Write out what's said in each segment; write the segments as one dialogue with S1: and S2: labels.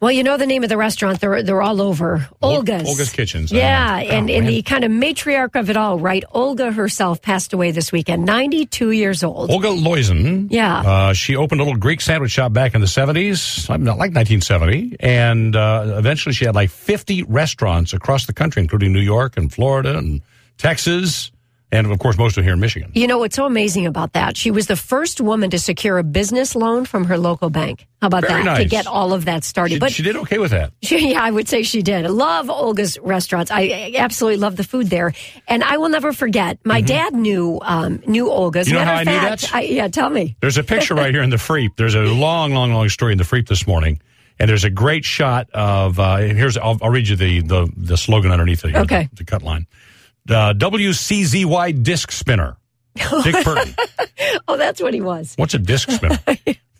S1: Well, you know the name of the restaurant. They're they're all over.
S2: Ol-
S1: Olga's.
S2: Olga's Kitchens. I
S1: Yeah,
S2: know.
S1: and
S2: Oh,
S1: and
S2: man.
S1: the kind of matriarch of it all, right? Olga herself passed away this weekend, ninety two years old.
S2: Olga Loizen.
S1: Yeah.
S2: Uh, she opened a little Greek sandwich shop back in the 70s, I'm not like 1970. And uh, eventually she had like 50 restaurants across the country, including New York and Florida and Texas. And of course, most of here in Michigan.
S1: You know what's so amazing about that? She was the first woman to secure a business loan from her local bank. How about
S2: Very
S1: that? To
S2: nice.
S1: get all of that started.
S2: She,
S1: but
S2: she did okay with that.
S1: She, yeah, I would say she did. I love Olga's restaurants. I, I absolutely love the food there, and I will never forget. My dad knew um, knew Olga's.
S2: Mm-hmm. You know
S1: Matter
S2: how
S1: of
S2: I knew
S1: fact,
S2: that?
S1: I, yeah, tell me.
S2: There's a picture right here in the Freep. There's a long, long, long story in the Freep this morning, and there's a great shot of. Uh, and here's I'll, I'll read you the, the the slogan underneath it. Here,
S1: Okay.
S2: The, the cut line. Uh, WCZY disc spinner. Dick Burton.
S1: Oh, that's what he was.
S2: What's a disc spinner?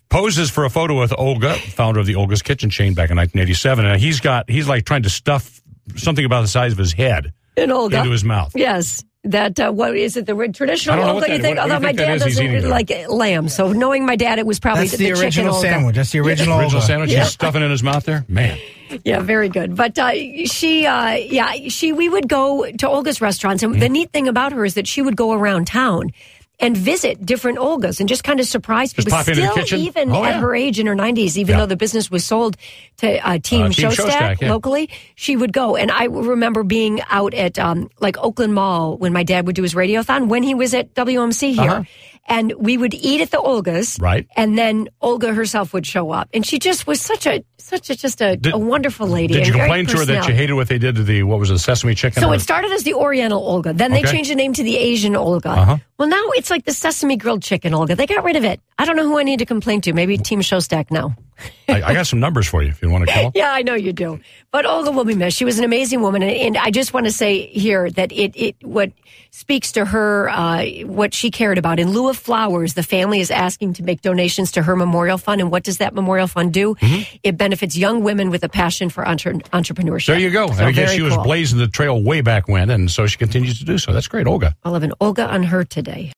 S2: Poses for a photo with Olga, founder of the Olga's Kitchen chain back in 1987. And he's got he's like trying to stuff something about the size of his head
S1: And Olga.
S2: into his mouth.
S1: Yes. That uh, what is it? The re- traditional
S2: I don't know
S1: Olga
S2: what that-
S1: you think?
S2: what- what
S1: Although
S2: do you
S1: my
S2: think that
S1: dad
S2: is he's
S1: doesn't
S2: eating there?
S1: like lamb, so knowing my dad, it was probably
S3: That's the,
S1: chicken
S3: original
S1: Olga.
S3: sandwich. That's the original.
S2: Original
S3: Olga.
S2: sandwich he's stuffing in his mouth there. Man,
S1: Yeah, very good. But uh, she, uh, yeah, she. We would go to Olga's restaurants, and
S2: Mm-hmm.
S1: the neat thing about her is that she would go around town and visit different Olgas and just kind of surprise
S2: Just
S1: people.
S2: pop into the
S1: Still,
S2: kitchen?
S1: even
S2: Oh,
S1: at
S2: yeah.
S1: her age in her nineties, even
S2: Yeah.
S1: though the business was sold to uh, Team,
S2: Uh, Team
S1: Showstack,
S2: Showstack, yeah.
S1: locally, she would go. And I remember being out at um, like Oakland Mall when my dad would do his radiothon when he was at WMC here.
S2: Uh-huh.
S1: And we would eat at the Olga's,
S2: Right.
S1: And then Olga herself would show up, and she just was such a such a just a,
S2: Did-
S1: a wonderful lady.
S2: did
S1: and
S2: you
S1: very
S2: complain to her that
S1: personal.
S2: you hated what they did to the what was it, the sesame chicken?
S1: So
S2: or-
S1: it started as the Oriental Olga. Then they
S2: Okay. Uh-huh.
S1: changed the name to the Asian Olga. Well, now it's like the Sesame Grilled Chicken Olga. They got rid of it. I don't know who I need to complain to. Maybe Team Showstack now.
S2: I, I got some numbers for you if you want to call.
S1: Yeah, I know you do. But Olga will be missed. She was an amazing woman, and, and I just want to say here that it it what speaks to her uh, what she cared about. In lieu of flowers, the family is asking to make donations to her memorial fund. And what does that memorial fund do?
S2: Mm-hmm.
S1: It benefits young women with a passion for entre- entrepreneurship.
S2: There you go.
S1: So
S2: I guess
S1: very
S2: she was
S1: cool.
S2: blazing the trail way back when, and so she continues to do so. That's great, Olga.
S1: I'll have an Olga on her today.